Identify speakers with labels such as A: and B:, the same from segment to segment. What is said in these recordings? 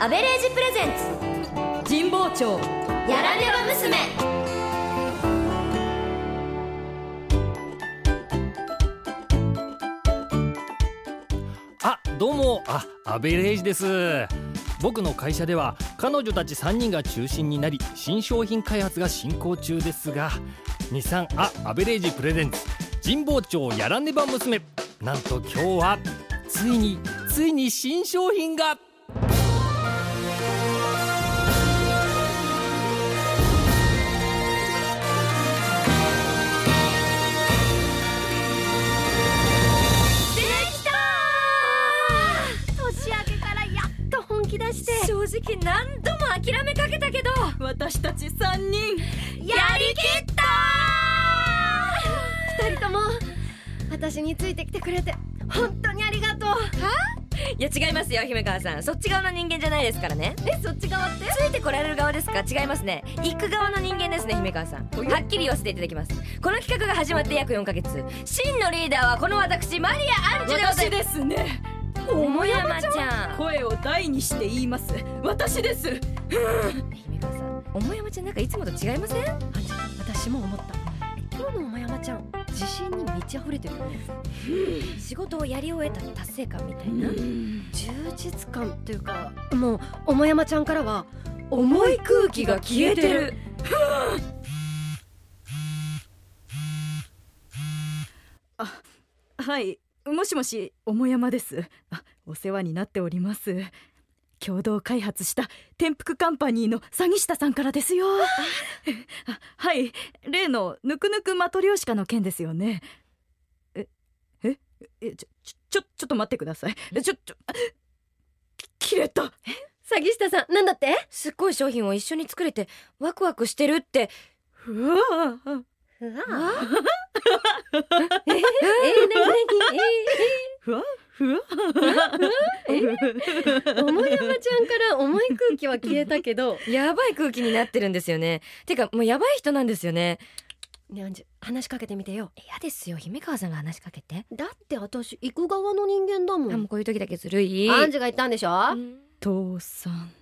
A: アベレージプレゼンツ神保町やらねば娘
B: あどうもあアベレージです僕の会社では彼女たち3人が中心になり新商品開発が進行中ですが23あアベレージプレゼンツ神保町やらねば娘なんと今日はついについに新商品が
A: できた
C: 年明けからやっと本気出して
A: 正直何度も諦めかけたけど
C: 私たち3人
A: やりきった
C: 2人とも私についてきてくれて本当にありがとう
A: いや違いますよ姫川さんそっち側の人間じゃないですからね
C: えそっち側って
A: ついてこられる側ですか違いますね行く側の人間ですね姫川さんはっきり言わせていただきますこの企画が始まって約4ヶ月真のリーダーはこの私マリア・アンジュでございま
C: ですね
A: す桃山ちゃん
C: 声を大にして言います私です
A: 姫川さん桃山ちゃんなんかいつもと違いません
C: 私も思った今日の桃山ちゃん自信に満ち溢れてるよね
A: 仕事をやり終えた達成感みたいな
C: 充実感っていうかもう桃山ちゃんからは重い空気が消えてる
D: はい、もしもし、桃山です。あ、お世話になっております。共同開発した転覆カンパニーの詐欺下さんからですよ。あはい、例のぬくぬくマトリョーシカの件ですよね。え、え、え、ちょ、ちょ、ちょ、ちょっと待ってください。えちょ、ちょ、あき切れた。
C: 詐欺師さんなんだって
A: すっごい商品を一緒に作れてワクワクしてるって
D: うわあ
C: うわ
D: ふわふわ
C: 桃山ちゃんから重い空気は消えたけど
A: やばい空気になってるんですよねてかもうやばい人なんですよね
C: ねえアンジュ話しかけてみてよ
A: 嫌ですよ姫川さんが話しかけて、
C: だって私行く側の人間だも
A: あもうこういう時だけずるい
C: アンジュが言ったんでしょ
A: うん
D: 父さん。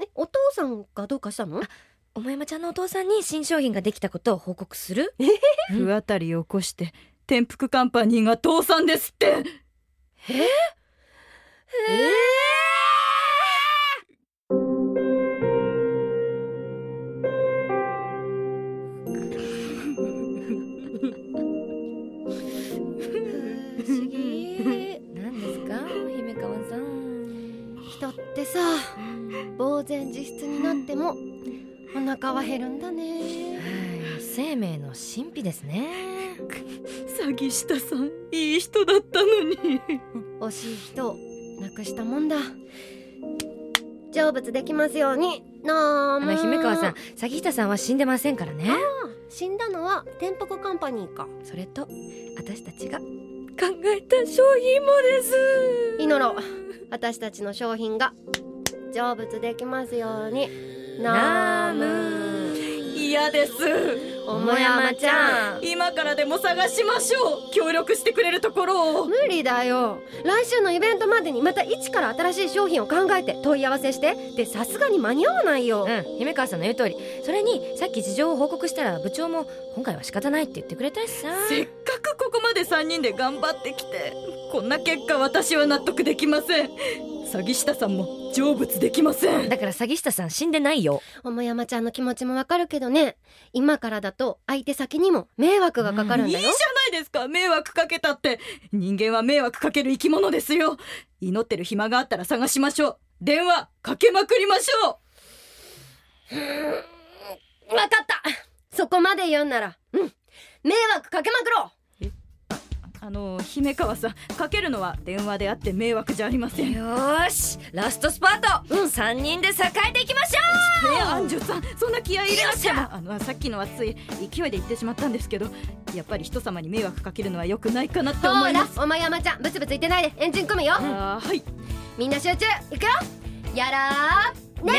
C: えお父さんがどうかしたの
A: お前まちゃんのお父さんに新商品ができたことを報告する
D: 不当たりを起こして転覆カンパニーが倒産ですって
C: 不思議
A: 何ですか姫川さん
C: 人ってさ
A: は
C: 呆然自失になってもお腹は減るんだね
A: い生命の神秘ですね
D: 詐欺下さんいい人だったのに
C: 惜しい人を亡くしたもんだ成仏できますようにな
A: あ
C: あ
A: の姫川さん詐欺下さんは死んでませんからね
C: 死んだのは天白カンパニーか
A: それと私たちが考えた商品もです
C: 祈ろう私たちの商品が成仏できますようにナ
A: ナ
C: ーム
A: ム
D: 嫌です
C: 桃山ちゃん
D: 今からでも探しましょう協力してくれるところを
C: 無理だよ来週のイベントまでにまた一から新しい商品を考えて問い合わせしてでさすがに間に合わないよ、
A: うん姫川さんの言う通りそれにさっき事情を報告したら部長も今回は仕方ないって言ってくれたしさ
D: せっかくここまで3人で頑張ってきてこんな結果私は納得できません詐欺下さんも成仏できません
A: だから詐欺師さん死んでないよ
C: 桃山ちゃんの気持ちもわかるけどね今からだと相手先にも迷惑がかかるんだ
D: いいじ
C: よ、
D: ゃないですか迷惑かけたって人間は迷惑かける生き物ですよ祈ってる暇があったら探しましょう電話かけまくりましょう
C: 分かったそこまで言うんならうん迷惑かけまくろう
D: あの姫川さんかけるのは電話であって迷惑じゃありませんね
A: よーしラストスパート、うん、3人で栄えていきましょう
D: えアンジュさんそんな気合い入れなくて
A: よっし
D: もあのさっきのはつい勢いで言ってしまったんですけどやっぱり人様に迷惑かけるのは良くないかなって思
C: ほ
D: い
C: ら
D: ます
C: 桃山ちゃんブツブツ言ってないでエンジン組むよ、
D: あーはい
C: みんな集中いくよやらーね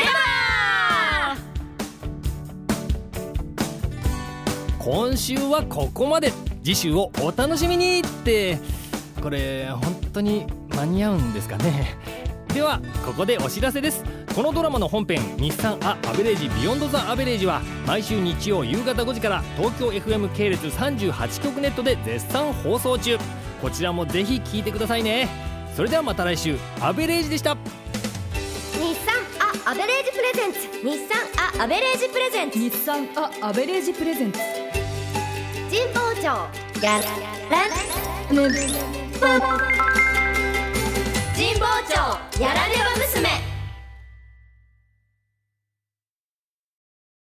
B: 今週はここまで次週をお楽しみにってこれ本当に間に合うんですかねではここでお知らせですこのドラマの本編「日産ア・アベレージ・ビヨンド・ザ・アベレージ」は毎週日曜夕方5時から東京 FM 系列38局ネットで絶賛放送中こちらもぜひ聞いてくださいねそれではまた来週アベレージでした
C: 日産アアベレージプレゼンツ
A: 日産アアベレージプレゼンツ
D: 日産あアベレージプレゼンツ
C: 神保町
A: やら
D: ね
A: 神保町やられば娘